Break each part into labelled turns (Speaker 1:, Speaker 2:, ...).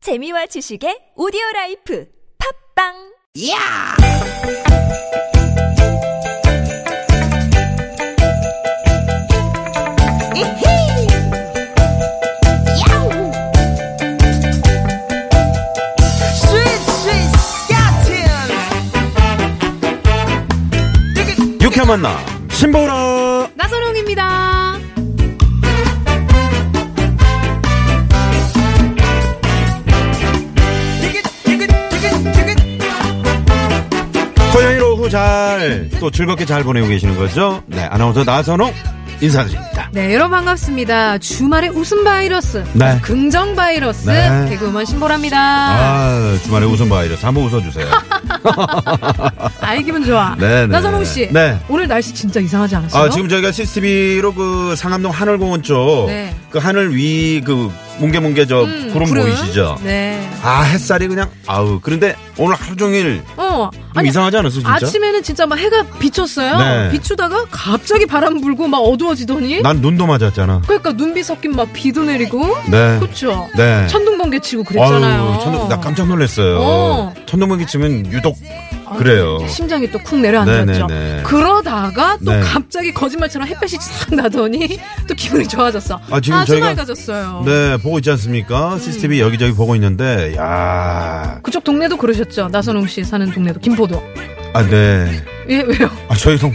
Speaker 1: 재미와 지식의 오디오 라이프 팝빵!
Speaker 2: 야! 이히! 야우! 스윗 스윗 스카틴!
Speaker 3: 유쾌한 만남 신보라
Speaker 4: 나선홍입니다.
Speaker 2: 티켓 티켓 티켓 티켓
Speaker 4: 네.
Speaker 3: 토요일 오후 잘 또 즐겁게 잘 보내고 계시는 거죠 네 아나운서 나선홍 인사드립니다
Speaker 4: 네, 여러분 반갑습니다. 주말에 웃음 바이러스,
Speaker 3: 네.
Speaker 4: 아주 긍정 바이러스,
Speaker 3: 네.
Speaker 4: 개그우먼 신보라입니다. 아,
Speaker 3: 아 주말에 웃음 바이러스 한번 웃어주세요
Speaker 4: 이 기분 좋아.
Speaker 3: 네, 네.
Speaker 4: 나선홍 씨,
Speaker 3: 네.
Speaker 4: 오늘 날씨 진짜 이상하지 않았어요?
Speaker 3: 아 지금 저희가 CCTV로 그 상암동 하늘공원 쪽 그
Speaker 4: 네.
Speaker 3: 하늘 위 그 뭉게뭉게 저
Speaker 4: 음,
Speaker 3: 구름,
Speaker 4: 구름.
Speaker 3: 보이시죠
Speaker 4: 네.
Speaker 3: 아 햇살이 그냥 아우 그런데 오늘 하루 종일 좀
Speaker 4: 어, 아니
Speaker 3: 이상하지 않았어 진짜
Speaker 4: 아침에는 진짜 막 해가 비쳤어요.
Speaker 3: 네.
Speaker 4: 비추다가 갑자기 바람 불고 막 어두워지더니,
Speaker 3: 난 눈도 맞았잖아
Speaker 4: 그러니까 눈비 섞인 막 비도 내리고,
Speaker 3: 네
Speaker 4: 그렇죠.
Speaker 3: 네.
Speaker 4: 천둥 번개 치고 그랬잖아요.
Speaker 3: 아유, 천둥, 나 깜짝 놀랐어요.
Speaker 4: 어. 아,
Speaker 3: 천둥번개 치면 유독 그래요.
Speaker 4: 음, 심장이 또 쿵 내려앉았죠.
Speaker 3: 네네네.
Speaker 4: 그러다가 또
Speaker 3: 네.
Speaker 4: 갑자기 거짓말처럼 햇볕이 싹 나더니 또 기분이 좋아졌어.
Speaker 3: 아, 지금
Speaker 4: 아주
Speaker 3: 저희가-
Speaker 4: 맑아졌어요.
Speaker 3: 네, 보고 있지 않습니까? CCTV
Speaker 4: 음.
Speaker 3: 여기저기 보고 있는데, 야
Speaker 4: 그쪽 동네도 그러셨죠. 나선홍 씨 사는 동네도 김포도.
Speaker 3: 아, 네.
Speaker 4: 예, 왜요?
Speaker 3: 아, 저희 동,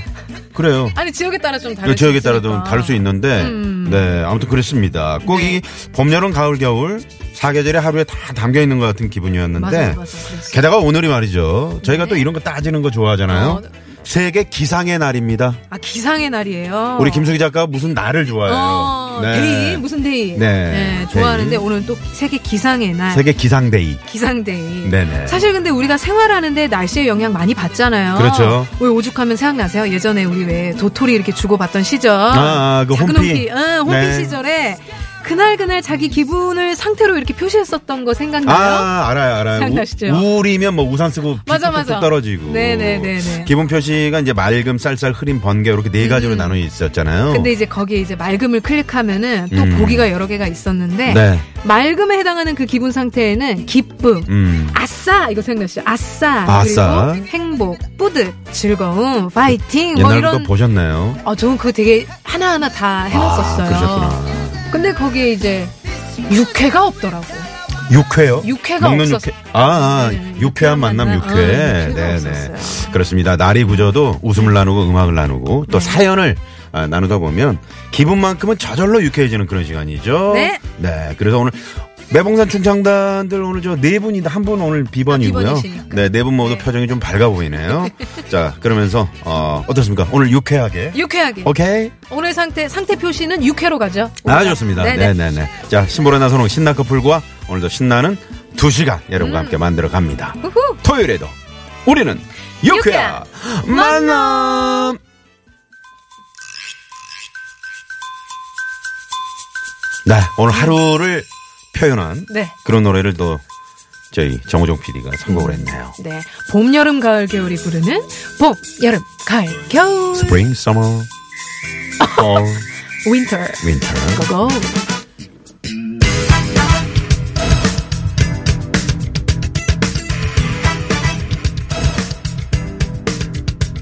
Speaker 3: 그래요.
Speaker 4: 아니 지역에 따라 좀 다를
Speaker 3: 그
Speaker 4: 수
Speaker 3: 지역에 따라
Speaker 4: 있으니까.
Speaker 3: 좀 다를 수 있는데,
Speaker 4: 음. 네.
Speaker 3: 네, 아무튼 그랬습니다. 꼭 이 봄, 여름, 가을, 겨울, 사계절의 하루에 다 담겨 있는 것 같은 기분이었는데,
Speaker 4: 맞아요, 맞아요. 그랬어요.
Speaker 3: 게다가 오늘이 말이죠. 저희가 또 이런 거 따지는 거 좋아하잖아요.
Speaker 4: 어.
Speaker 3: 세계 기상의 날입니다.
Speaker 4: 아 기상의 날이에요.
Speaker 3: 우리 김수기 작가가 무슨 날을 좋아해요.
Speaker 4: 어, 데이 무슨 데이?
Speaker 3: 네,
Speaker 4: 좋아하는데
Speaker 3: 데이.
Speaker 4: 오늘 또 세계 기상의 날.
Speaker 3: 세계 기상데이.
Speaker 4: 기상데이.
Speaker 3: 네네.
Speaker 4: 사실 근데 우리가 생활하는데 날씨의 영향 많이 받잖아요.
Speaker 3: 그렇죠.
Speaker 4: 왜 오죽하면 생각나세요? 예전에 우리 왜 도토리 이렇게 주고받던 시절.
Speaker 3: 아, 아, 그
Speaker 4: 작은
Speaker 3: 홈피.
Speaker 4: 홈피, 응, 홈피
Speaker 3: 네.
Speaker 4: 시절에 그날 그날 자기 기분을 상태로 이렇게 표시했었던 거 생각나요?
Speaker 3: 아, 알아요, 알아요.
Speaker 4: 생각나시죠?
Speaker 3: 우- 우울이면 뭐 우산 쓰고 비
Speaker 4: 맞아,
Speaker 3: 뚝뚝
Speaker 4: 맞아.
Speaker 3: 떨어지고.
Speaker 4: 네네네네.
Speaker 3: 기본 표시가 이제 맑음, 쌀쌀, 흐림, 번개 이렇게 네 가지로 나눠 있었잖아요.
Speaker 4: 음. 근데 이제 거기에 이제 맑음을 클릭하면은 또
Speaker 3: 어. 음.
Speaker 4: 보기가 여러 개가 있었는데
Speaker 3: 네.
Speaker 4: 맑음에 해당하는 그 기분 상태에는 기쁨,
Speaker 3: 음.
Speaker 4: 아싸 이거 생각나시죠? 아싸,
Speaker 3: 아싸.
Speaker 4: 그리고 행복, 뿌듯, 즐거움, 파이팅 뭐
Speaker 3: 옛날 그거
Speaker 4: 이런
Speaker 3: 보셨나요?
Speaker 4: 어, 저는 그거 되게 하나하나 다 해놨었어요.
Speaker 3: 아, 그러셨구나.
Speaker 4: 근데 거기에 이제 육회가 없더라고.
Speaker 3: 육회요?
Speaker 4: 육회가
Speaker 3: 먹는
Speaker 4: 없었어요.
Speaker 3: 육회. 아, 아
Speaker 4: 네,
Speaker 3: 유쾌한 만남 육회.
Speaker 4: 만남. 아, 육회가
Speaker 3: 네네.
Speaker 4: 없었어요.
Speaker 3: 그렇습니다. 날이 굳어도 웃음을 나누고 음악을 나누고
Speaker 4: 네.
Speaker 3: 또 사연을 아, 나누다 보면 기분만큼은 저절로 유쾌해지는 그런 시간이죠.
Speaker 4: 네.
Speaker 3: 네. 그래서 오늘 매봉산 춘창단들 오늘 저 네 분이다. 한 분 오늘 비번이고요.
Speaker 4: 아, 비번이시니까.
Speaker 3: 네, 네 분 모두
Speaker 4: 네.
Speaker 3: 표정이 좀 밝아 보이네요. 자, 그러면서 어, 어떻습니까? 오늘 유쾌하게.
Speaker 4: 육회하게.
Speaker 3: 오케이.
Speaker 4: 오늘 상태 상태 표시는 육회로 가죠.
Speaker 3: 아, 좋습니다.
Speaker 4: 네네.
Speaker 3: 네네네. 자, 신보라 나선홍 신나커 풀과 오늘도 신나는 두 시간 여러분과
Speaker 4: 음.
Speaker 3: 함께 만들어 갑니다.
Speaker 4: 후후.
Speaker 3: 토요일에도 우리는 유쾌야
Speaker 4: 유쾌한
Speaker 3: 만남! 네, 오늘 하루를 표현한
Speaker 4: 네.
Speaker 3: 그런 노래를 또 저희 정호종 PD가 선곡을 했네요.
Speaker 4: 네. 봄, 여름, 가을, 겨울이 부르는 봄, 여름, 가을, 겨울,
Speaker 3: Spring, Summer, Fall,
Speaker 4: 윈터.
Speaker 3: Winter.
Speaker 4: 고고. 네.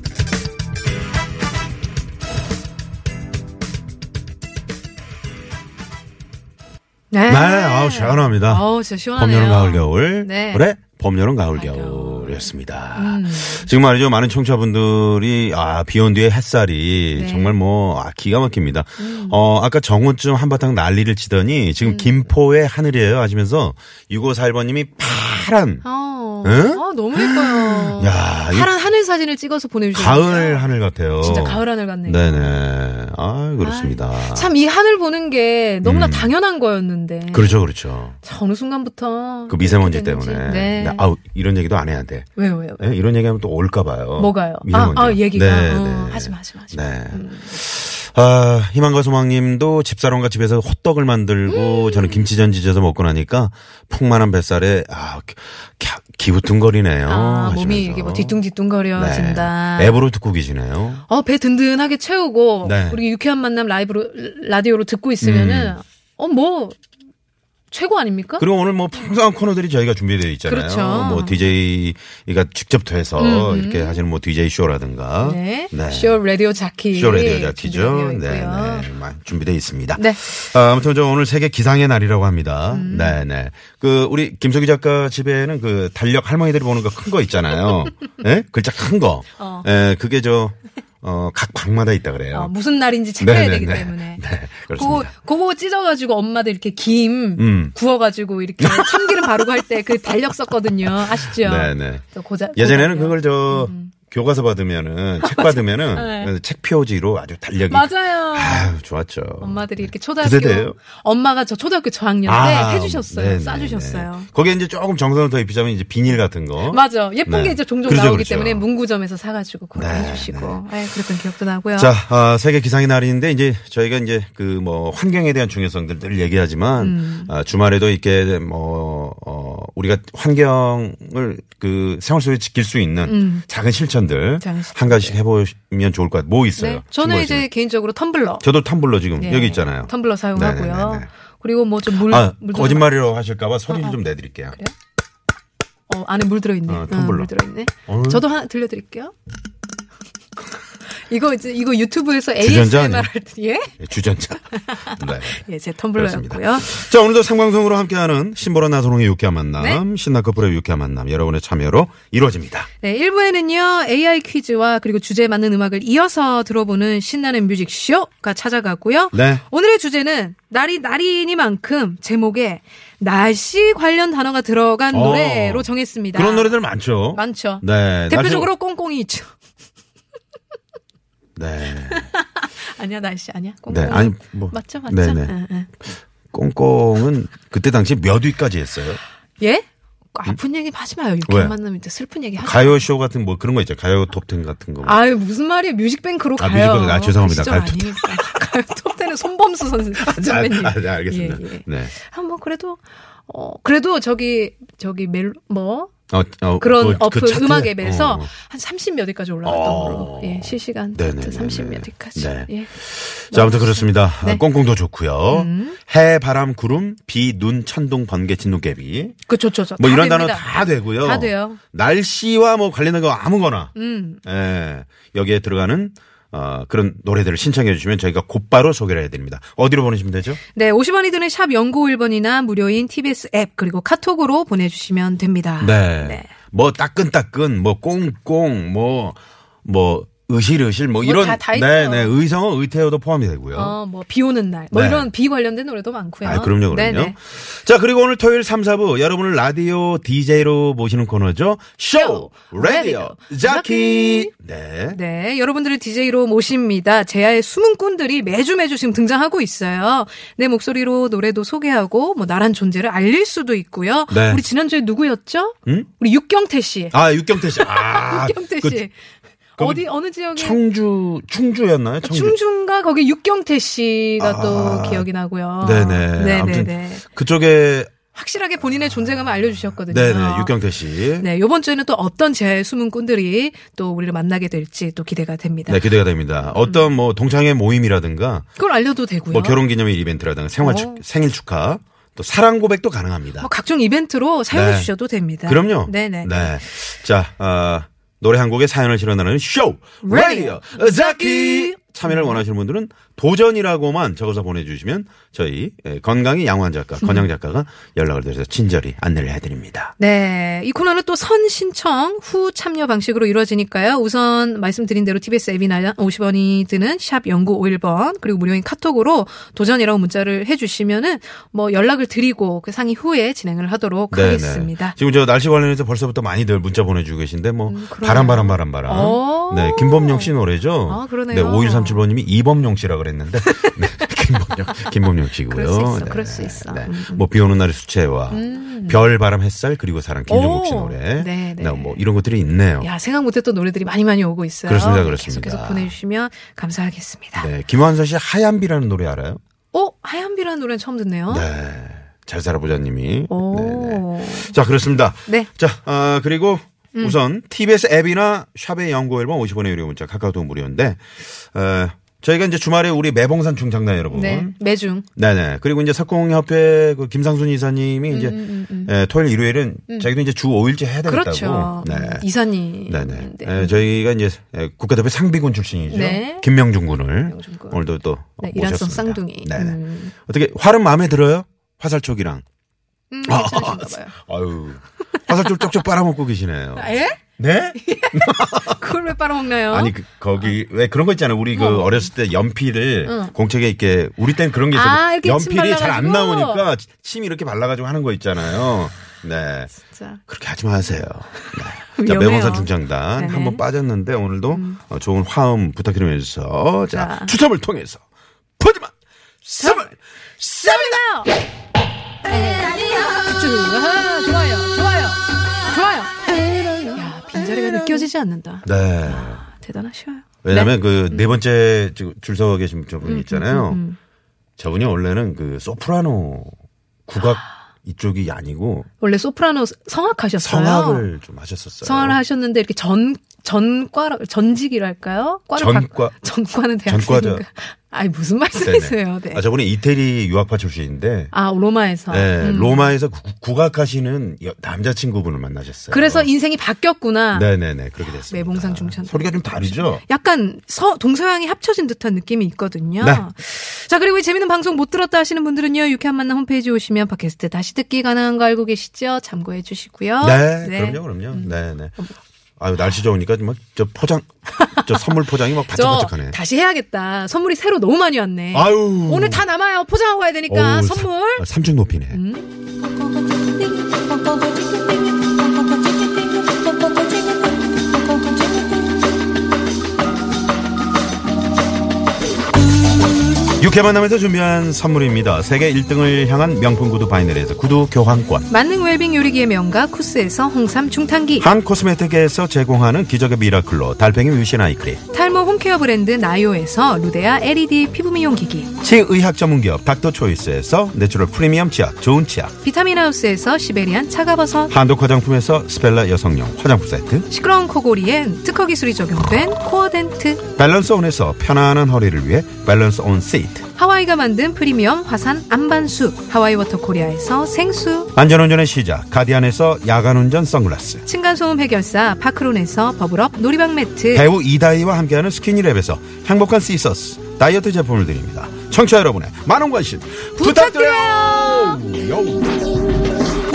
Speaker 3: 네, 아우, 시원합니다.
Speaker 4: 아우, 진짜
Speaker 3: 봄,
Speaker 4: 시원하네요.
Speaker 3: 여름, 가을, 겨울.
Speaker 4: 네. 음.
Speaker 3: 그래? 봄, 여름, 가을, 겨울이었습니다. 지금 말이죠. 많은 청취자분들이, 아, 비 온 뒤에 햇살이
Speaker 4: 네. 음.
Speaker 3: 정말 뭐, 아, 기가 막힙니다. 어, 아까 정오쯤 한바탕 난리를 치더니 지금 김포의 하늘이에요. 하시면서 6541번님이 파란,
Speaker 4: 어,
Speaker 3: 응?
Speaker 4: 아, 너무 예뻐요.
Speaker 3: 야, 이
Speaker 4: 파란 하늘 사진을 찍어서 보내주셨어요.
Speaker 3: 가을 하늘 같아요.
Speaker 4: 진짜 가을 하늘 같네요.
Speaker 3: 네네. 아, 그렇습니다.
Speaker 4: 참 이 하늘 보는 게 너무나
Speaker 3: 음.
Speaker 4: 당연한 거였는데.
Speaker 3: 그렇죠, 그렇죠.
Speaker 4: 참 어느 순간부터
Speaker 3: 그 미세먼지
Speaker 4: 그렇게 됐는지.
Speaker 3: 때문에.
Speaker 4: 네.
Speaker 3: 네, 아우, 이런 얘기도 안 해야 돼.
Speaker 4: 왜요, 왜요?
Speaker 3: 예, 이런 얘기하면 또 올까봐요.
Speaker 4: 뭐가요? 아, 아, 얘기가. 어, 하지 마, 하지 마, 음. 하지 마.
Speaker 3: 네. 아, 희망과 소망님도 집사람과 집에서 호떡을
Speaker 4: 음.
Speaker 3: 만들고 저는 김치전 지져서 먹고 나니까 풍만한 뱃살에 아, 기- 기- 기우뚱거리네요.
Speaker 4: 아, 몸이
Speaker 3: 어, 하시면서.
Speaker 4: 이렇게 뭐 뒤뚱뒤뚱거려진다.
Speaker 3: 네. 앱으로 듣고 계시네요.
Speaker 4: 어, 배 든든하게 채우고
Speaker 3: 네.
Speaker 4: 우리 유쾌한 만남 라이브로 라디오로 듣고 있으면은 어, 뭐 최고 아닙니까?
Speaker 3: 음. 그리고 오늘 뭐 풍성한 코너들이 저희가 준비되어 있잖아요.
Speaker 4: 그렇죠.
Speaker 3: 뭐 DJ가 직접 돼서
Speaker 4: 음.
Speaker 3: 이렇게 하시는 뭐 DJ 쇼라든가.
Speaker 4: 네. 쇼 라디오 자키.
Speaker 3: 쇼 라디오 자키죠.
Speaker 4: 준비되어
Speaker 3: 네,
Speaker 4: 있고요.
Speaker 3: 네. 많이 준비되어 있습니다.
Speaker 4: 네.
Speaker 3: 아, 아무튼 저 오늘 세계 기상의 날이라고 합니다.
Speaker 4: 음.
Speaker 3: 네, 네. 그 우리 김석희 작가 집에는 그 달력 할머니들이 보는 거 큰 거 있잖아요. 예? 글자 큰 거.
Speaker 4: 어.
Speaker 3: 예, 그게 저 어, 각 방마다 있다 그래요.
Speaker 4: 어, 무슨 날인지 체크해야
Speaker 3: 네, 네,
Speaker 4: 되기
Speaker 3: 네.
Speaker 4: 때문에.
Speaker 3: 네,
Speaker 4: 그거,
Speaker 3: 그렇습니다.
Speaker 4: 그거 찢어가지고 엄마들 이렇게 김
Speaker 3: 음.
Speaker 4: 구워가지고 이렇게 참기름 바르고 할 때 그 달력 썼거든요. 음. 아시죠?
Speaker 3: 네, 네.
Speaker 4: 또 고자,
Speaker 3: 예전에는
Speaker 4: 고자요.
Speaker 3: 그걸 저 교과서 받으면은 책 받으면은 그
Speaker 4: 네.
Speaker 3: 책 표지로 아주 달력이
Speaker 4: 맞아요.
Speaker 3: 아유, 좋았죠.
Speaker 4: 엄마들이 이렇게
Speaker 3: 그
Speaker 4: 초등학교
Speaker 3: 세대예요?
Speaker 4: 엄마가 저 초등학교 저학년 때
Speaker 3: 아,
Speaker 4: 해주셨어요.
Speaker 3: 네네네.
Speaker 4: 싸주셨어요.
Speaker 3: 거기에 이제 조금 정성을 더 입히자면 이제 비닐 같은 거.
Speaker 4: 맞아. 예쁜
Speaker 3: 네.
Speaker 4: 게 이제 종종
Speaker 3: 그렇죠,
Speaker 4: 나오기
Speaker 3: 그렇죠.
Speaker 4: 때문에 문구점에서 사가지고 그걸
Speaker 3: 네,
Speaker 4: 해주시고. 아 그랬던 기억도 나고요.
Speaker 3: 자, 아, 세계 기상의 날인데 이제 저희가 이제 그 뭐 환경에 대한 중요성들 늘 얘기하지만
Speaker 4: 음.
Speaker 3: 아, 주말에도 이렇게 뭐 어, 우리가 환경을 그 생활 속에 지킬 수 있는 작은 실천들
Speaker 4: 음. 작은 실천들.
Speaker 3: 한 가지씩 해보면 좋을 것 같아요. 뭐 있어요?
Speaker 4: 네. 저는
Speaker 3: 친구가
Speaker 4: 이제
Speaker 3: 지금?
Speaker 4: 개인적으로 텀블러.
Speaker 3: 저도 텀블러 지금
Speaker 4: 네.
Speaker 3: 여기 있잖아요.
Speaker 4: 텀블러 사용하고요.
Speaker 3: 네네네네.
Speaker 4: 그리고 뭐 좀 물,
Speaker 3: 아,
Speaker 4: 물 들어가-
Speaker 3: 거짓말이라고 하실까봐 소리를 좀 내드릴게요.
Speaker 4: 그래요? 어, 안에 물 들어있네.
Speaker 3: 어,
Speaker 4: 어,
Speaker 3: 텀블러.
Speaker 4: 물 들어있네.
Speaker 3: 어.
Speaker 4: 저도 하나 들려드릴게요. 이거 이제 이거 유튜브에서
Speaker 3: 주전자
Speaker 4: ASMR
Speaker 3: 아니에요?
Speaker 4: 할 때, 예?
Speaker 3: 주전자. 네.
Speaker 4: 예, 제
Speaker 3: 그렇습니다.
Speaker 4: 텀블러였고요.
Speaker 3: 자, 오늘도 생방송으로 함께하는 신보라 나선홍의 유쾌한 만남,
Speaker 4: 네.
Speaker 3: 신나커플의 유쾌한 만남, 여러분의 참여로 이루어집니다.
Speaker 4: 네, 1부에는요, AI 퀴즈와 그리고 주제에 맞는 음악을 이어서 들어보는 신나는 뮤직쇼가 찾아가고요.
Speaker 3: 네.
Speaker 4: 오늘의 주제는 날이 날이니만큼 제목에 날씨 관련 단어가 들어간
Speaker 3: 어.
Speaker 4: 노래로 정했습니다.
Speaker 3: 그런 노래들 많죠.
Speaker 4: 많죠.
Speaker 3: 네.
Speaker 4: 대표적으로 꽁꽁이 있죠.
Speaker 3: 날씨- 네.
Speaker 4: 아니야, 날씨 아니야. 꽁꽁이.
Speaker 3: 네. 아니, 뭐.
Speaker 4: 어, 맞죠, 맞죠.
Speaker 3: 네네.
Speaker 4: 응, 응.
Speaker 3: 꽁꽁은 그때 당시 몇 위까지 했어요?
Speaker 4: 예? 아픈 얘기 하지 마요.
Speaker 3: 음? 왜?
Speaker 4: 유쾌한 만남이 또 슬픈 얘기 하지 마요.
Speaker 3: 가요쇼 같은 뭐 그런 거 있죠. 가요 톱텐 같은 거.
Speaker 4: 아유, 무슨 말이에요. 뮤직뱅크로
Speaker 3: 아,
Speaker 4: 가요.
Speaker 3: 뮤직뱅크. 아, 죄송합니다.
Speaker 4: 가요
Speaker 3: 가요 톱-
Speaker 4: 가요 톱텐은 손범수 선수.
Speaker 3: 아,
Speaker 4: 선배님.
Speaker 3: 아, 네, 알겠습니다.
Speaker 4: 예, 예.
Speaker 3: 네.
Speaker 4: 아, 뭐, 그래도, 어, 그래도 저기, 저기 멜, 뭐,
Speaker 3: 어, 어,
Speaker 4: 그런
Speaker 3: 그
Speaker 4: 어플
Speaker 3: 차트-
Speaker 4: 음악 앱에서
Speaker 3: 어, 어.
Speaker 4: 한 30몇 위까지 올라갔던
Speaker 3: 어.
Speaker 4: 걸로. 예, 실시간
Speaker 3: 네네네네.
Speaker 4: 30몇 위까지.
Speaker 3: 네.
Speaker 4: 예.
Speaker 3: 자, 아무튼 그렇습니다.
Speaker 4: 네. 음.
Speaker 3: 아, 꽁꽁도 좋고요. 해, 바람, 구름, 비, 눈, 천둥, 번개, 진눈깨비.
Speaker 4: 그, 좋죠, 좋죠.
Speaker 3: 뭐
Speaker 4: 다
Speaker 3: 이런 단어
Speaker 4: 됩니다.
Speaker 3: 다 되고요.
Speaker 4: 다 돼요.
Speaker 3: 날씨와 뭐 관련된 거 아무거나
Speaker 4: 음.
Speaker 3: 예, 여기에 들어가는 어, 그런 노래들을 신청해 주시면 저희가 곧바로 소개를 해드립니다. 어디로 보내시면 되죠?
Speaker 4: 네, 50원이 드는 샵 0951번이나 무료인 TBS 앱, 그리고 카톡으로 보내주시면 됩니다. 네.
Speaker 3: 뭐 따끈따끈, 뭐 꽁꽁, 뭐, 뭐 으실으실 뭐
Speaker 4: 뭐
Speaker 3: 이런.
Speaker 4: 다- 다 있죠.
Speaker 3: 네, 네. 의성어, 의태어도 포함이 되고요.
Speaker 4: 어, 뭐, 비 오는 날. 뭐
Speaker 3: 네.
Speaker 4: 이런 비 관련된 노래도 많고요.
Speaker 3: 아, 그럼요, 그럼요.
Speaker 4: 네네.
Speaker 3: 자, 그리고 오늘 토요일 3, 4부 여러분을 라디오 DJ로 모시는 코너죠. 쇼!
Speaker 4: 쇼,
Speaker 3: 라디오!
Speaker 4: 라디오,
Speaker 3: 자키! 네.
Speaker 4: 네, 여러분들을 DJ로 모십니다. 제아의 숨은 꾼들이 매주 매주 지금 등장하고 있어요. 내 목소리로 노래도 소개하고 뭐 나란 존재를 알릴 수도 있고요.
Speaker 3: 네.
Speaker 4: 우리 지난주에 누구였죠?
Speaker 3: 음?
Speaker 4: 우리 육경태 씨.
Speaker 3: 아, 육경태 씨. 아,
Speaker 4: 육경태
Speaker 3: 그
Speaker 4: 씨.
Speaker 3: 거기
Speaker 4: 어디 어느 지역에 아,
Speaker 3: 청주, 아, 충주였나요? 청주.
Speaker 4: 충주인가 거기 육경태 씨가
Speaker 3: 아,
Speaker 4: 또 기억이 나고요.
Speaker 3: 네네. 아무튼
Speaker 4: 네네네.
Speaker 3: 그쪽에
Speaker 4: 확실하게 본인의 존재감을 알려주셨거든요.
Speaker 3: 네네 육경태 씨. 네.
Speaker 4: 네, 이번 주에는 또 어떤 제아의 숨은 꾼들이 또 우리를 만나게 될지 또 기대가 됩니다.
Speaker 3: 네, 기대가 됩니다. 어떤 뭐 동창회 모임이라든가
Speaker 4: 그걸 알려도 되고요.
Speaker 3: 뭐 결혼 기념일 이벤트라든가 생활 축-
Speaker 4: 어.
Speaker 3: 생일 축하 또 사랑 고백도 가능합니다.
Speaker 4: 뭐 각종 이벤트로 사용해
Speaker 3: 네.
Speaker 4: 주셔도 됩니다.
Speaker 3: 그럼요.
Speaker 4: 네네.
Speaker 3: 네. 자, 아, 노래 한 곡의 사연을 실어나는 쇼! 라디오!
Speaker 4: 라디오
Speaker 3: 자키!
Speaker 4: 자키!
Speaker 3: 참여를 원하시는 분들은 도전이라고만 적어서 보내주시면 저희 예, 건강히 양호한 작가, 건양 작가가 연락을 드려서 친절히 안내를 해드립니다.
Speaker 4: 네. 이 코너는 또 선 신청 후 참여 방식으로 이루어지니까요. 우선 말씀드린 대로 TBS 앱이나 50원이 드는 샵 0951번 그리고 무료인 카톡으로 도전이라고 문자를 해 주시면은 뭐 연락을 드리고 그 상의 후에 진행을 하도록
Speaker 3: 네네.
Speaker 4: 하겠습니다.
Speaker 3: 지금 저 날씨 관련해서 벌써부터 많이들 문자 보내주고 계신데 뭐
Speaker 4: 음, 그러네요.
Speaker 3: 바람 바람 바람 바람.
Speaker 4: 오.
Speaker 3: 네, 김범용 씨 노래죠.
Speaker 4: 아, 그러네요.
Speaker 3: 네, 5137번님이 이범용 씨라 그랬는데 네, 김범용 김범용 씨고요.
Speaker 4: 그럴 수 있어,
Speaker 3: 네,
Speaker 4: 그럴 수 있어.
Speaker 3: 네.
Speaker 4: 음,
Speaker 3: 뭐비 오는 날의 수채화, 별 바람 햇살 그리고 사랑 김종국 씨
Speaker 4: 오.
Speaker 3: 노래.
Speaker 4: 네, 네.
Speaker 3: 뭐 이런 것들이 있네요.
Speaker 4: 야, 생각 못 했던 노래들이 많이 많이 오고 있어요.
Speaker 3: 그렇습니다, 그렇습니다.
Speaker 4: 계속해서 보내 주시면 감사하겠습니다.
Speaker 3: 네, 김환서 씨 하얀 비라는 노래 알아요?
Speaker 4: 어, 하얀비라는 노래는 처음 듣네요.
Speaker 3: 네. 잘 살아보자님이. 네, 네.
Speaker 4: 오.
Speaker 3: 자, 그렇습니다.
Speaker 4: 네. 음.
Speaker 3: 자, 아, 그리고 우선 TBS 앱이나 샵의 연구 앨범 50원의 유료 문자 카카오톡 무료인데 에, 어, 저희가 이제 주말에 우리 매봉산 중장단 여러분.
Speaker 4: 네. 매중.
Speaker 3: 네네. 그리고 이제 석공협회 그 김상순 이사님이 이제
Speaker 4: 음,
Speaker 3: 예, 토요일 일요일은 자기도 이제 주 5일째 해야 되겠다고.
Speaker 4: 그렇죠.
Speaker 3: 네.
Speaker 4: 이사님.
Speaker 3: 네네.
Speaker 4: 네.
Speaker 3: 예, 저희가 이제 예, 국가대표 상비군 출신이죠.
Speaker 4: 네.
Speaker 3: 김명중 군을
Speaker 4: 김명중 군.
Speaker 3: 오늘도 또
Speaker 4: 네,
Speaker 3: 모셨습니다.
Speaker 4: 일란성 쌍둥이.
Speaker 3: 네네. 어떻게 활은 마음에 들어요? 화살촉이랑.
Speaker 4: 음, 괜찮으신가 봐요.
Speaker 3: 아유. 화살촉 쪽쪽 빨아먹고 계시네요.
Speaker 4: 예? 어?
Speaker 3: 네?
Speaker 4: 그걸 왜 빨아먹나요?
Speaker 3: 아니 그, 거기 왜 그런 거 있잖아요. 우리
Speaker 4: 뭐?
Speaker 3: 그 어렸을 때 연필을 공책에 이렇게 우리 땐 그런 게
Speaker 4: 아,
Speaker 3: 있어요.
Speaker 4: 이렇게 침
Speaker 3: 연필이 잘 안
Speaker 4: 발라가지고.
Speaker 3: 나오니까 침 이렇게 발라가지고 하는 거 있잖아요. 네.
Speaker 4: 진짜.
Speaker 3: 그렇게 하지 마세요. 네. 자,
Speaker 4: 위험해요.
Speaker 3: 매봉산 중장단
Speaker 4: 네네. 음.
Speaker 3: 한번 빠졌는데 오늘도 어, 좋은 화음 부탁드리면서 자,
Speaker 4: 자.
Speaker 3: 추첨을 통해서 포즈만 썸을 썸이다.
Speaker 4: 좋아요, 좋아요, 좋아요, 좋아요. 야, 빈자리가
Speaker 3: 아,
Speaker 4: 느껴지지 않는다.
Speaker 3: 네.
Speaker 4: 대단하셔요.
Speaker 3: 왜냐면 그
Speaker 4: 음.
Speaker 3: 네 번째 지금 줄 서고 계신 저분 있잖아요. 저분이 원래는 그 소프라노 국악
Speaker 4: 아.
Speaker 3: 이쪽이 아니고
Speaker 4: 원래 소프라노 성악하셨어요.
Speaker 3: 성악을 좀 하셨었어요.
Speaker 4: 성악을 하셨는데 이렇게 전 전과 전직이랄까요? 과를
Speaker 3: 전과.
Speaker 4: 바- 전과는
Speaker 3: 전과죠.
Speaker 4: 대학생인가? 아니 무슨
Speaker 3: 네네.
Speaker 4: 말씀이세요? 네.
Speaker 3: 아, 저분이 이태리 유학파 출신인데
Speaker 4: 아 음. 로마에서.
Speaker 3: 네, 로마에서 구- 국악하시는 여- 남자친구분을 만나셨어요.
Speaker 4: 그래서 인생이 바뀌었구나.
Speaker 3: 네네네 그렇게 됐습니다.
Speaker 4: 매봉상 중천.
Speaker 3: 소리가 좀 다르죠.
Speaker 4: 약간 서, 동서양이 합쳐진 듯한 느낌이 있거든요.
Speaker 3: 네.
Speaker 4: 자, 그리고 이 재밌는 방송 못 들었다 하시는 분들은요, 유쾌한 만남 홈페이지 오시면 팟캐스트 다시 듣기 가능한 거 알고 계시죠? 참고해 주시고요.
Speaker 3: 네, 그럼요 그럼요.
Speaker 4: 음.
Speaker 3: 네네. 아유 날씨 좋으니까 막저 포장 저 선물 포장이 막
Speaker 4: 저
Speaker 3: 바짝바짝하네.
Speaker 4: 다시 해야겠다. 선물이 새로 너무 많이 왔네.
Speaker 3: 아유.
Speaker 4: 오늘 다 남아요. 포장하고 가야 되니까
Speaker 3: 어우,
Speaker 4: 선물. 음.
Speaker 3: 삼- 아, 삼중 높이네. 육회 만남에서 준비한 선물입니다. 세계 1등을 향한 명품 구두 바이너리에서 구두 교환권.
Speaker 4: 만능 웰빙 요리기의 명가 쿠스에서 홍삼 중탕기.
Speaker 3: 한 코스메틱에서 제공하는 기적의 미라클로 달팽이 뮤신 아이크림.
Speaker 4: 탈모 홈케어 브랜드 나요에서 루데아 LED 피부 미용 기기.
Speaker 3: 치의학 전문기업 닥터초이스에서 내추럴 프리미엄 치약 좋은 치약.
Speaker 4: 비타민 하우스에서 시베리안 차가버섯.
Speaker 3: 한독 화장품에서 스펠라 여성용 화장품 세트.
Speaker 4: 시끄러운 코골이엔 특허 기술이 적용된 코어 덴트.
Speaker 3: 밸런스 온에서 편안한 허리를 위해 밸런스 온 시트.
Speaker 4: 하와이가 만든 프리미엄 화산 안반수 하와이 워터 코리아에서 생수
Speaker 3: 안전운전의 시작 가디안에서 야간운전 선글라스.
Speaker 4: 층간소음 해결사 파크론에서 버블업 놀이방 매트
Speaker 3: 배우 이다희와 함께하는 스키니랩에서 행복한 시서스 다이어트 제품을 드립니다. 청취자 여러분의 많은 관심 부탁드려요. 요.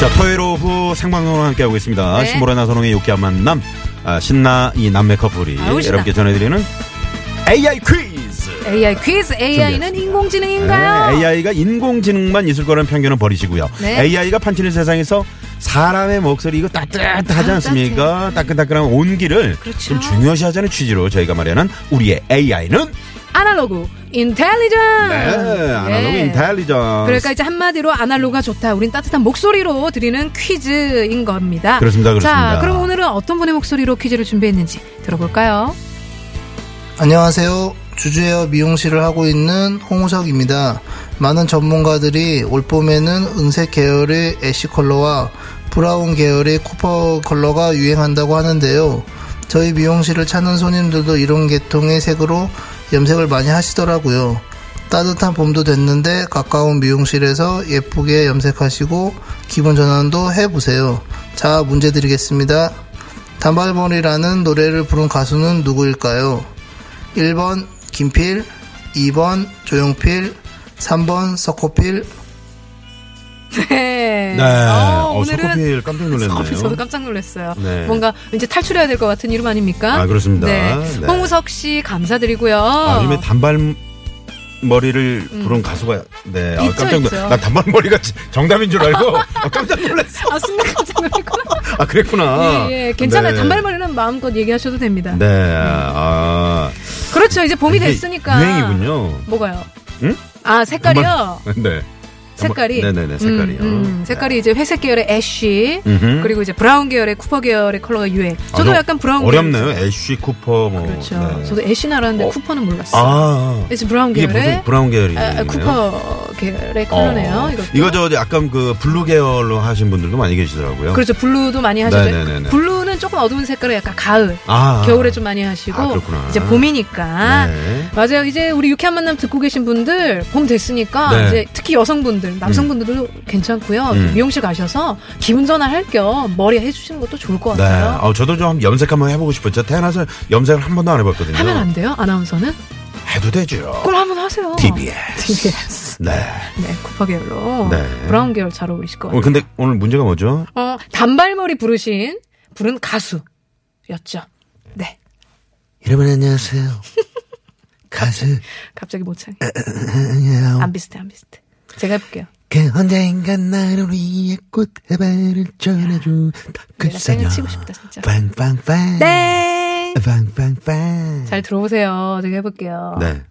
Speaker 3: 자, 토요일 오후 생방송과 함께하고 있습니다.
Speaker 4: 네.
Speaker 3: 신보라 나선홍의 유쾌한 만남, 아, 신나 이 남매 커플이
Speaker 4: 아우, 신나.
Speaker 3: 여러분께 전해드리는 AI 퀴즈.
Speaker 4: AI 퀴즈 AI는
Speaker 3: 준비했습니다. 네,
Speaker 4: 인공지능인가요?
Speaker 3: AI가 인공지능만 있을 거라는 편견은 버리시고요.
Speaker 4: 네.
Speaker 3: AI가 판치는 세상에서 사람의 목소리 이거 따뜻하지
Speaker 4: 따뜻해.
Speaker 3: 않습니까? 따끈따끈한 온기를
Speaker 4: 그렇죠.
Speaker 3: 좀 중요시하자는 취지로 저희가 마련한 우리의 AI는
Speaker 4: 아날로그 인텔리전
Speaker 3: 네, 아날로그 인텔리전스.
Speaker 4: 네. 그러니까 이제 한마디로 아날로그가 좋다. 우린 따뜻한 목소리로 드리는 퀴즈인 겁니다.
Speaker 3: 그렇습니다, 그렇습니다.
Speaker 4: 자, 그럼 오늘은 어떤 분의 목소리로 퀴즈를 준비했는지 들어볼까요?
Speaker 5: 안녕하세요. 주주웨어 미용실을 하고 있는 홍우석입니다. 많은 전문가들이 올봄에는 은색 계열의 애쉬 컬러와 브라운 계열의 쿠퍼 컬러가 유행한다고 하는데요. 저희 미용실을 찾는 손님들도 이런 계통의 색으로 염색을 많이 하시더라고요. 따뜻한 봄도 됐는데 가까운 미용실에서 예쁘게 염색하시고 기분 전환도 해보세요. 자, 문제 드리겠습니다. 단발머리라는 노래를 부른 가수는 누구일까요? 1번 김필, 2번 조용필, 3번 석호필,
Speaker 4: 네.
Speaker 3: 네.
Speaker 4: 아,
Speaker 3: 어, 서커필 깜짝
Speaker 4: 서- 저도
Speaker 3: 놀랐네요.
Speaker 4: 깜짝 놀랐어요.
Speaker 3: 네.
Speaker 4: 뭔가 이제 탈출해야 될 것 같은 이름 아닙니까?
Speaker 3: 아, 그렇습니다.
Speaker 4: 네.
Speaker 3: 네.
Speaker 4: 홍우석 씨 감사드리고요. 음.
Speaker 3: 아, 요즘에 단발 머리를 부른 가수가 네, 아,
Speaker 4: 있죠,
Speaker 3: 깜짝 놀.
Speaker 4: 있죠.
Speaker 3: 나 단발 머리가 지- 정답인 줄 알고 아, 깜짝 놀랐어.
Speaker 4: 아, 순간 깜짝 놀랐구나.
Speaker 3: 아, 그랬구나.
Speaker 4: 예, 예. 괜찮아요.
Speaker 3: 네.
Speaker 4: 단발머리는 마음껏 얘기하셔도 됩니다.
Speaker 3: 네. 아.
Speaker 4: 그렇죠. 이제 봄이
Speaker 3: 이게
Speaker 4: 됐으니까.
Speaker 3: 유행이군요.
Speaker 4: 뭐가요?
Speaker 3: 응?
Speaker 4: 아, 색깔이요?
Speaker 3: 네.
Speaker 4: 색깔이
Speaker 3: 네네네, 색깔이요. 네.
Speaker 4: 음, 음. 색깔이 이제 회색 계열의 애쉬
Speaker 3: 음흠.
Speaker 4: 그리고 이제 브라운 계열의 쿠퍼 계열의 컬러가 유행. 저도
Speaker 3: 아,
Speaker 4: 약간 브라운 계열.
Speaker 3: 어렵네요. 애쉬 쿠퍼 뭐.
Speaker 4: 그렇죠.
Speaker 3: 네.
Speaker 4: 저도 애쉬는 알았는데 쿠퍼는 몰랐어요.
Speaker 3: 아.
Speaker 4: 그래서 브라운
Speaker 3: 이게
Speaker 4: 계열의
Speaker 3: 무슨 브라운 계열이
Speaker 4: 아, 아,
Speaker 3: 네
Speaker 4: 쿠퍼 계열의 컬러네요.
Speaker 3: 어.
Speaker 4: 이것도.
Speaker 3: 이거 저 약간 그 블루 계열로 하신 분들도 많이 계시더라고요.
Speaker 4: 그렇죠. 블루도 많이 하시죠.
Speaker 3: 네네네네.
Speaker 4: 블루는 조금 어두운 색깔의 약간 가을,
Speaker 3: 아.
Speaker 4: 겨울에 좀 많이 하시고
Speaker 3: 아, 그렇구나.
Speaker 4: 이제 봄이니까
Speaker 3: 네.
Speaker 4: 맞아요. 이제 우리 유쾌한 만남 듣고 계신 분들 봄 됐으니까
Speaker 3: 네.
Speaker 4: 이제 특히 여성분들, 남성분들도 괜찮고요.
Speaker 3: 음.
Speaker 4: 미용실 가셔서 기분 전환할 겸 머리 해주시는 것도 좋을 것
Speaker 3: 네.
Speaker 4: 같아요.
Speaker 3: 아, 저도 좀 염색 한번 해보고 싶어요. 저 태어나서 염색을 한 번도 안 해봤거든요.
Speaker 4: 하면 안 돼요? 아나운서는?
Speaker 3: 해도 되죠.
Speaker 4: 그걸 한번 하세요.
Speaker 3: TBS.
Speaker 4: TBS.
Speaker 3: 네.
Speaker 4: 네, 쿠파 계열로
Speaker 3: 네.
Speaker 4: 브라운 계열 잘 어울리실 것
Speaker 3: 어,
Speaker 4: 같아요.
Speaker 3: 근데 오늘 문제가 뭐죠?
Speaker 4: 어, 단발머리 부르신 부른 가수였죠. 네,
Speaker 3: 여러분 안녕하세요. 가수
Speaker 4: 갑자기 못 참게. 안 비슷해, 안 비슷해. 제가 해볼게요.
Speaker 3: 그 언젠가 나를 위해 꽃해발을 전해줘
Speaker 4: 내가 땡을 치고 싶다, 진짜.
Speaker 3: 빵빵빵
Speaker 4: 네.
Speaker 3: 빵빵빵
Speaker 4: 잘 들어보세요. 제가 해볼게요.
Speaker 3: 네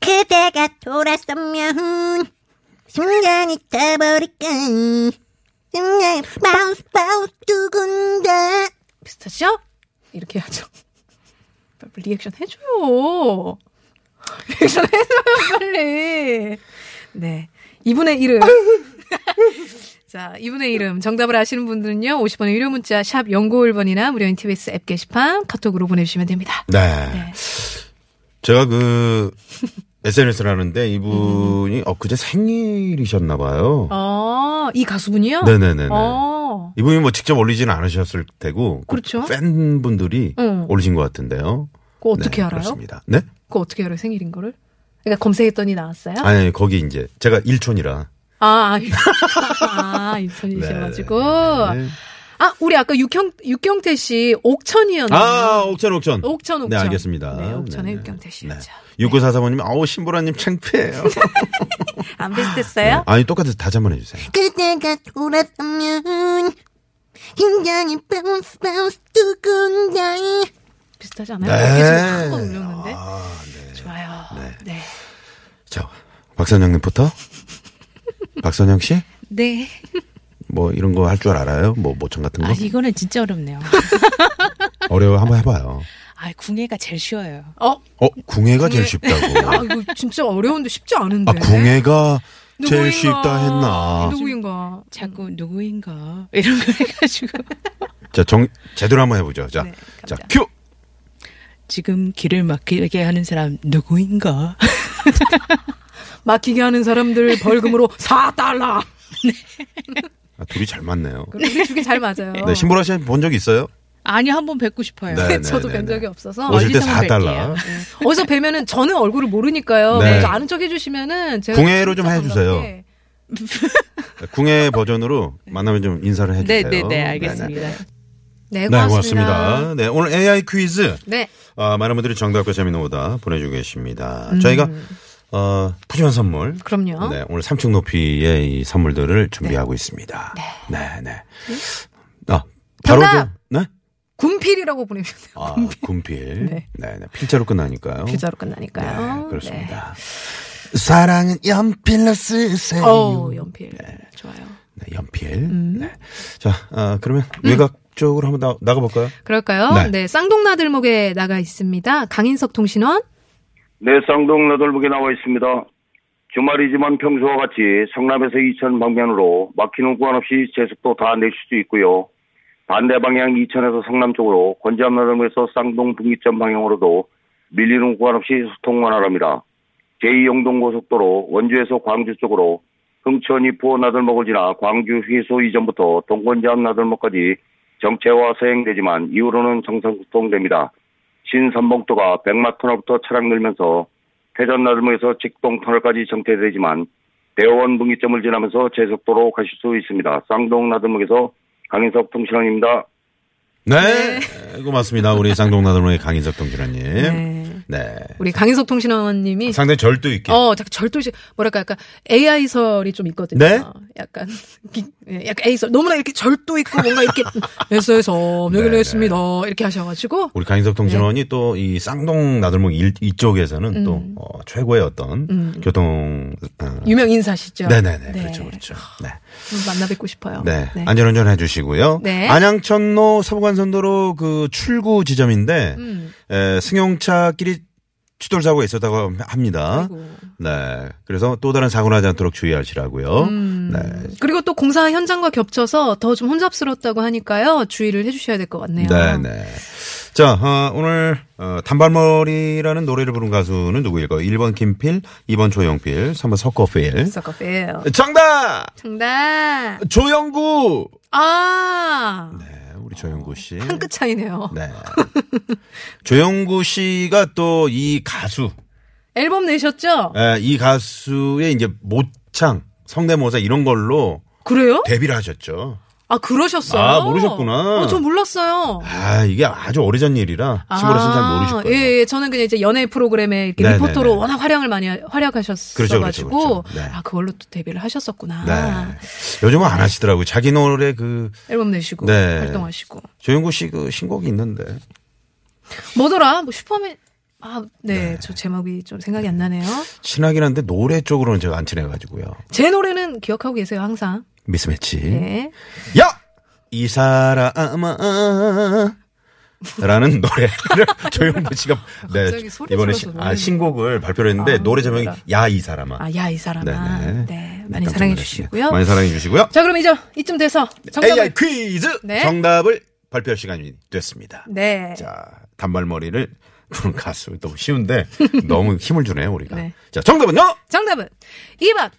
Speaker 6: 그대가 돌아서면 심장이 타버릴까 심장이 바운스 바운스 두근데
Speaker 4: 비슷하죠? 이렇게 해야죠. 빨리 리액션 해줘요. 리액션 해줘요, 빨리. 네. 이분의 이름. 자, 이분의 이름. 정답을 아시는 분들은요, 50원의 유료 문자, 샵 0951번이나 무료인 TBS 앱 게시판, 카톡으로 보내주시면 됩니다.
Speaker 3: 네.
Speaker 4: 네.
Speaker 3: 제가 그 SNS를 하는데 이분이 엊그제 생일이셨나 봐요.
Speaker 4: 음. 어, 이 가수분이요?
Speaker 3: 네네네네.
Speaker 4: 어,
Speaker 3: 이분이 뭐 직접 올리지는 않으셨을 테고 그
Speaker 4: 그렇죠.
Speaker 3: 팬분들이
Speaker 4: 응.
Speaker 3: 올리신 것 같은데요.
Speaker 4: 그거 어떻게
Speaker 3: 네,
Speaker 4: 알아요?
Speaker 3: 그렇습니다. 네?
Speaker 4: 그거 어떻게 알아요, 생일인 거를? 그러니까 검색했더니 나왔어요?
Speaker 3: 아니, 아니, 거기 이제 제가 일촌이라.
Speaker 4: 아, 아, 유- 아, 유천이셔가지고.
Speaker 3: 네.
Speaker 4: 아, 우리 아까 육형, 육경태 씨 옥천이었나?
Speaker 3: 아, 옥천, 옥천.
Speaker 4: 음. 옥천, 옥천.
Speaker 3: 네, 알겠습니다.
Speaker 4: 네, 옥천의
Speaker 3: 네네.
Speaker 4: 육경태 씨였죠.
Speaker 3: 육구사사모님, 아우 신보라님 창피해요.
Speaker 4: 안 비슷했어요?
Speaker 3: 아니 똑같아서 다시 한번 해주세요.
Speaker 6: 그대가 돌아서면 심장이 바운스 바운스 두근데
Speaker 4: 비슷하지 않아요? 어깨 지금
Speaker 3: 네.
Speaker 4: 한번 울렸는데?
Speaker 3: 아,
Speaker 4: 좋아요. 네.
Speaker 3: 자, 박선영님부터. 박선영 씨,
Speaker 7: 네.
Speaker 3: 뭐 이런 거 할 줄 알아요? 뭐 모창 같은 거?
Speaker 7: 아, 이거는 진짜 어렵네요.
Speaker 3: 어려워 한번 해봐요.
Speaker 7: 아, 궁예가 제일 쉬워요.
Speaker 4: 어?
Speaker 3: 어, 궁예가 제일
Speaker 4: 아,
Speaker 3: 쉽다고.
Speaker 4: 이거 진짜 어려운데 쉽지 않은데.
Speaker 3: 아, 궁예가 제일
Speaker 4: 누구인가?
Speaker 3: 쉽다 했나?
Speaker 4: 누구인가?
Speaker 7: 자꾸 누구인가 이런 걸 해가지고
Speaker 3: 자, 정 제대로 한번 해보죠. 자,
Speaker 4: 네,
Speaker 3: 자,
Speaker 4: 갑니다.
Speaker 3: 큐.
Speaker 7: 지금 길을 막히게 하는 사람 누구인가?
Speaker 4: 막히게 하는 사람들 벌금으로 4달러!
Speaker 3: 아, 둘이 잘 맞네요.
Speaker 4: 우리 두 개 잘 맞아요.
Speaker 3: 네, 신보라 씨 본 적 있어요?
Speaker 7: 아니 한번 뵙고 싶어요.
Speaker 3: 네.
Speaker 4: 저도
Speaker 3: 네,
Speaker 4: 뵌
Speaker 3: 네.
Speaker 4: 적이 없어서. 네.
Speaker 3: 오실 때
Speaker 7: 멀리서 한번
Speaker 3: 4달러.
Speaker 4: 어디서 뵈면은 저는 얼굴을 모르니까요.
Speaker 3: 네.
Speaker 4: 먼저 아는 척 해주시면은 제가
Speaker 3: 궁예로 좀
Speaker 4: 깜짝 놀랄
Speaker 3: 해주세요.
Speaker 4: 게
Speaker 3: 네, 궁예 버전으로 만나면 좀 인사를
Speaker 7: 네,
Speaker 3: 해주세요.
Speaker 7: 네, 네,
Speaker 3: 네, 네.
Speaker 7: 알겠습니다.
Speaker 4: 네,
Speaker 3: 네,
Speaker 4: 고맙습니다.
Speaker 3: 고맙습니다. 네, 오늘 AI 퀴즈.
Speaker 4: 네.
Speaker 3: 아, 많은 분들이 정답과 재미있는 오다 보내주고 계십니다. 저희가 어, 푸짐한 선물.
Speaker 4: 음. 그럼요.
Speaker 3: 네, 오늘 3층 높이의 이 선물들을 준비하고 있습니다. 네, 네. 아, 바로
Speaker 4: 정답!
Speaker 3: 그, 네?
Speaker 4: 군필이라고 보내면 돼요.
Speaker 3: 아, 군필.
Speaker 4: 네.
Speaker 3: 네. 네, 필자로 끝나니까요.
Speaker 4: 필자로
Speaker 3: 네,
Speaker 4: 끝나니까요.
Speaker 3: 그렇습니다. 사랑은 연필로 쓰세요.
Speaker 4: 네. 어우, 음. 연필. 좋아요.
Speaker 3: 네, 연필. 네. 자, 아, 그러면 외곽
Speaker 4: 음.
Speaker 3: 쪽으로 한번 나, 나가볼까요?
Speaker 4: 그럴까요?
Speaker 3: 네.
Speaker 4: 네. 쌍둥나들목에 나가 있습니다. 강인석 통신원.
Speaker 8: 네, 쌍동 나돌북에 나와 있습니다. 주말이지만 평소와 같이 성남에서 이천 방면으로 막히는 구간 없이 제속도 다 낼 수도 있고요. 반대 방향 이천에서 성남 쪽으로 권지암 나들목에서 쌍동 분기점 방향으로도 밀리는 구간 없이 소통 원활합니다. 제2용동고속도로 원주에서 광주 쪽으로 흥천이 포 나들목을 지나 광주 휘소 이전부터 동권지암 나들목까지 정체와 서행되지만 이후로는 정상소통됩니다. 신삼봉도가 백마터널부터 차량 늘면서 태전나들목에서 직동터널까지 정체되지만 대원 분기점을 지나면서 제속도로 가실 수 있습니다. 쌍동나들목에서 강인석 통신원입니다.
Speaker 3: 네. 고맙습니다. 우리 쌍동나들목의 강인석 동지라님.
Speaker 4: 네.
Speaker 3: 네.
Speaker 4: 우리 강인석 통신원님이
Speaker 3: 상당히 절도 있게.
Speaker 4: 어, 딱 절도시 뭐랄까 약간 AI설이 좀 있거든요.
Speaker 3: 네?
Speaker 4: 약간 기- 예, 약간 AI설 너무나 이렇게 절도 있고 뭔가 이렇게 에서에서
Speaker 3: 네, 네.
Speaker 4: 여기로 했습니다. 이렇게 하셔가지고
Speaker 3: 우리 강인석
Speaker 4: 네.
Speaker 3: 통신원이 또 이 쌍동 나들목 일, 이쪽에서는 또 어, 최고의 어떤 교통 어,
Speaker 4: 음. 유명 인사시죠.
Speaker 3: 네네네 그렇죠 그렇죠 네,
Speaker 4: 한번 만나 뵙고 싶어요.
Speaker 3: 네. 안전운전 해주시고요
Speaker 4: 네.
Speaker 3: 안양천로 서부간선도로 그 출구 지점인데
Speaker 4: 음.
Speaker 3: 에, 승용차끼리 추돌사고가 있었다고 함- 합니다
Speaker 4: 아이고.
Speaker 3: 네 그래서 또 다른 사고 나지 않도록 주의하시라고요
Speaker 4: 음.
Speaker 3: 네.
Speaker 4: 그리고 또 공사 현장과 겹쳐서 더 좀 혼잡스럽다고 하니까요. 주의를 해주셔야 될 것 같네요.
Speaker 3: 네네. 자, 어, 오늘, 어, 단발머리라는 노래를 부른 가수는 누구일까요? 1번 김필, 2번 조영필, 3번 석거필.
Speaker 4: 서커페요.
Speaker 3: 네. 정답!
Speaker 4: 정답.
Speaker 3: 조영구!
Speaker 4: 아,
Speaker 3: 네, 우리 조영구 씨.
Speaker 4: 한 끗 차이네요.
Speaker 3: 네. 조영구 씨가 또 이 가수, 네.
Speaker 4: 앨범 내셨죠?
Speaker 3: 에, 이 가수의 이제 모창, 성대모사 이런 걸로
Speaker 4: 그래요?
Speaker 3: 데뷔를 하셨죠.
Speaker 4: 아 그러셨어요?
Speaker 3: 네. 아, 모르셨구나.
Speaker 4: 어, 저 몰랐어요.
Speaker 3: 아, 이게 아주 오래전 일이라 시골에서는 잘 모르실 거예요.
Speaker 4: 예, 예, 저는 그냥 이제 연예 프로그램에 이렇게
Speaker 3: 네,
Speaker 4: 리포터로
Speaker 3: 네, 네.
Speaker 4: 워낙 활약을 많이 활약하셨어가지고
Speaker 3: 그렇죠, 그렇죠, 그렇죠. 네.
Speaker 4: 아 그걸로 또 데뷔를 하셨었구나.
Speaker 3: 네. 요즘은 안 하시더라고요. 자기 노래 그
Speaker 4: 앨범 내시고
Speaker 3: 네.
Speaker 4: 활동하시고
Speaker 3: 조영구 씨 그 신곡이 있는데
Speaker 4: 뭐더라? 뭐 슈퍼맨 아네저 제목이 좀 생각이 안 나네요.
Speaker 3: 친하긴 한데 노래 쪽으로는 제가 안 친해가지고요.
Speaker 4: 제 노래는 기억하고 계세요 항상.
Speaker 3: 미스매치.
Speaker 4: 예.
Speaker 3: 야! 이 사람아. 라는 노래를 조영구 씨가
Speaker 4: 아,
Speaker 3: 네,
Speaker 4: 갑자기 소리
Speaker 3: 이번에
Speaker 4: 질러서
Speaker 3: 신, 아,
Speaker 4: 놀랐네.
Speaker 3: 신곡을 발표를 했는데
Speaker 4: 아,
Speaker 3: 노래 제목이
Speaker 4: 그래라.
Speaker 3: 야 이 사람아.
Speaker 4: 아 야 이 사람아.
Speaker 3: 네네.
Speaker 4: 네, 많이
Speaker 3: 깜짝 놀랐습니다.
Speaker 4: 사랑해 주시고요.
Speaker 3: 많이 사랑해 주시고요.
Speaker 4: 자 그럼 이제 이쯤 돼서
Speaker 3: AI
Speaker 4: 정답을
Speaker 3: 퀴즈
Speaker 4: 네.
Speaker 3: 정답을 발표할 시간이 됐습니다.
Speaker 4: 네.
Speaker 3: 자, 단발머리를 부른 가수 너무 쉬운데 너무 힘을 주네요, 우리가.
Speaker 4: 네.
Speaker 3: 자, 정답은요?
Speaker 4: 정답은 2번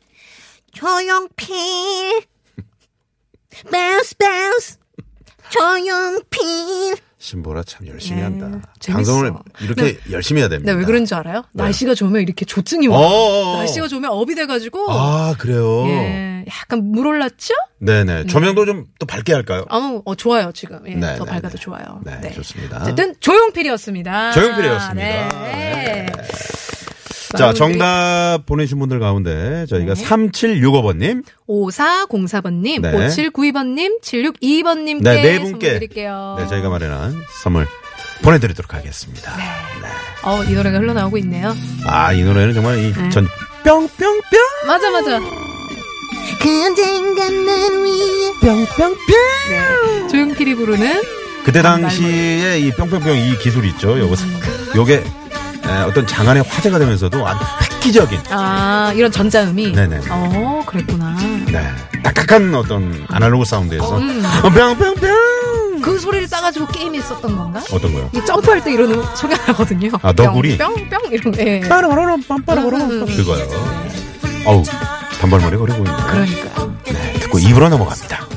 Speaker 6: 조용필 바운스 바운스 조용필
Speaker 3: 신보라 참 열심히
Speaker 4: 네,
Speaker 3: 한다.
Speaker 4: 재밌어.
Speaker 3: 방송을 이렇게 열심히 해야 됩니다.
Speaker 4: 네, 왜 그런 줄 알아요? 날씨가 좋으면 이렇게 조증이 와.
Speaker 3: 어어어.
Speaker 4: 날씨가 좋으면 업이 돼가지고.
Speaker 3: 아, 그래요?
Speaker 4: 예, 약간 물올랐죠?
Speaker 3: 네네. 조명도 좀 또 밝게 할까요?
Speaker 4: 아우, 어, 좋아요, 지금. 예,
Speaker 3: 네,
Speaker 4: 더
Speaker 3: 네,
Speaker 4: 밝아도
Speaker 3: 네.
Speaker 4: 좋아요.
Speaker 3: 네, 좋습니다.
Speaker 4: 어쨌든 조용필이었습니다.
Speaker 3: 조용필이었습니다.
Speaker 4: 네.
Speaker 3: 자, 정답 보내주신 분들 가운데 저희가
Speaker 4: 네.
Speaker 3: 3765번님,
Speaker 4: 5404번님,
Speaker 3: 네.
Speaker 4: 5792번님, 762번님께
Speaker 3: 네, 네
Speaker 4: 선물
Speaker 3: 분께.
Speaker 4: 드릴게요.
Speaker 3: 네, 저희가 마련한 선물 보내드리도록 하겠습니다.
Speaker 4: 네. 어, 이 노래가 흘러나오고 있네요.
Speaker 3: 아, 이 노래는 정말 이
Speaker 4: 네.
Speaker 3: 전 뿅뿅뿅!
Speaker 4: 맞아, 맞아.
Speaker 6: 그 언젠간 날 위해
Speaker 4: 네. 조용필이 부르는 아,
Speaker 3: 그때 당시에 이 뿅뿅뿅 이 기술 있죠. 요거,
Speaker 4: 음.
Speaker 3: 요게 에, 어떤 장안의 화제가 되면서도 아주 획기적인
Speaker 4: 아, 이런 전자음이.
Speaker 3: 네네.
Speaker 4: 어, 그랬구나.
Speaker 3: 네. 딱딱한 어떤 아날로그 사운드에서
Speaker 4: 어, 음.
Speaker 3: 어, 뿅뿅뿅
Speaker 4: 그 소리를 따가지고 게임에 썼던 건가?
Speaker 3: 어떤 거요?
Speaker 4: 이 점프할 때 이런 음- 소리가 나거든요.
Speaker 3: 아, 너구리?
Speaker 4: 뿅뿅 이런 거. 예.
Speaker 3: 빠르르르 빰빠르르
Speaker 4: 음,
Speaker 3: 그거요. 어우 단발머리 그리고 아.
Speaker 4: 그러니까.
Speaker 3: 듣고 입으로 넘어갑니다.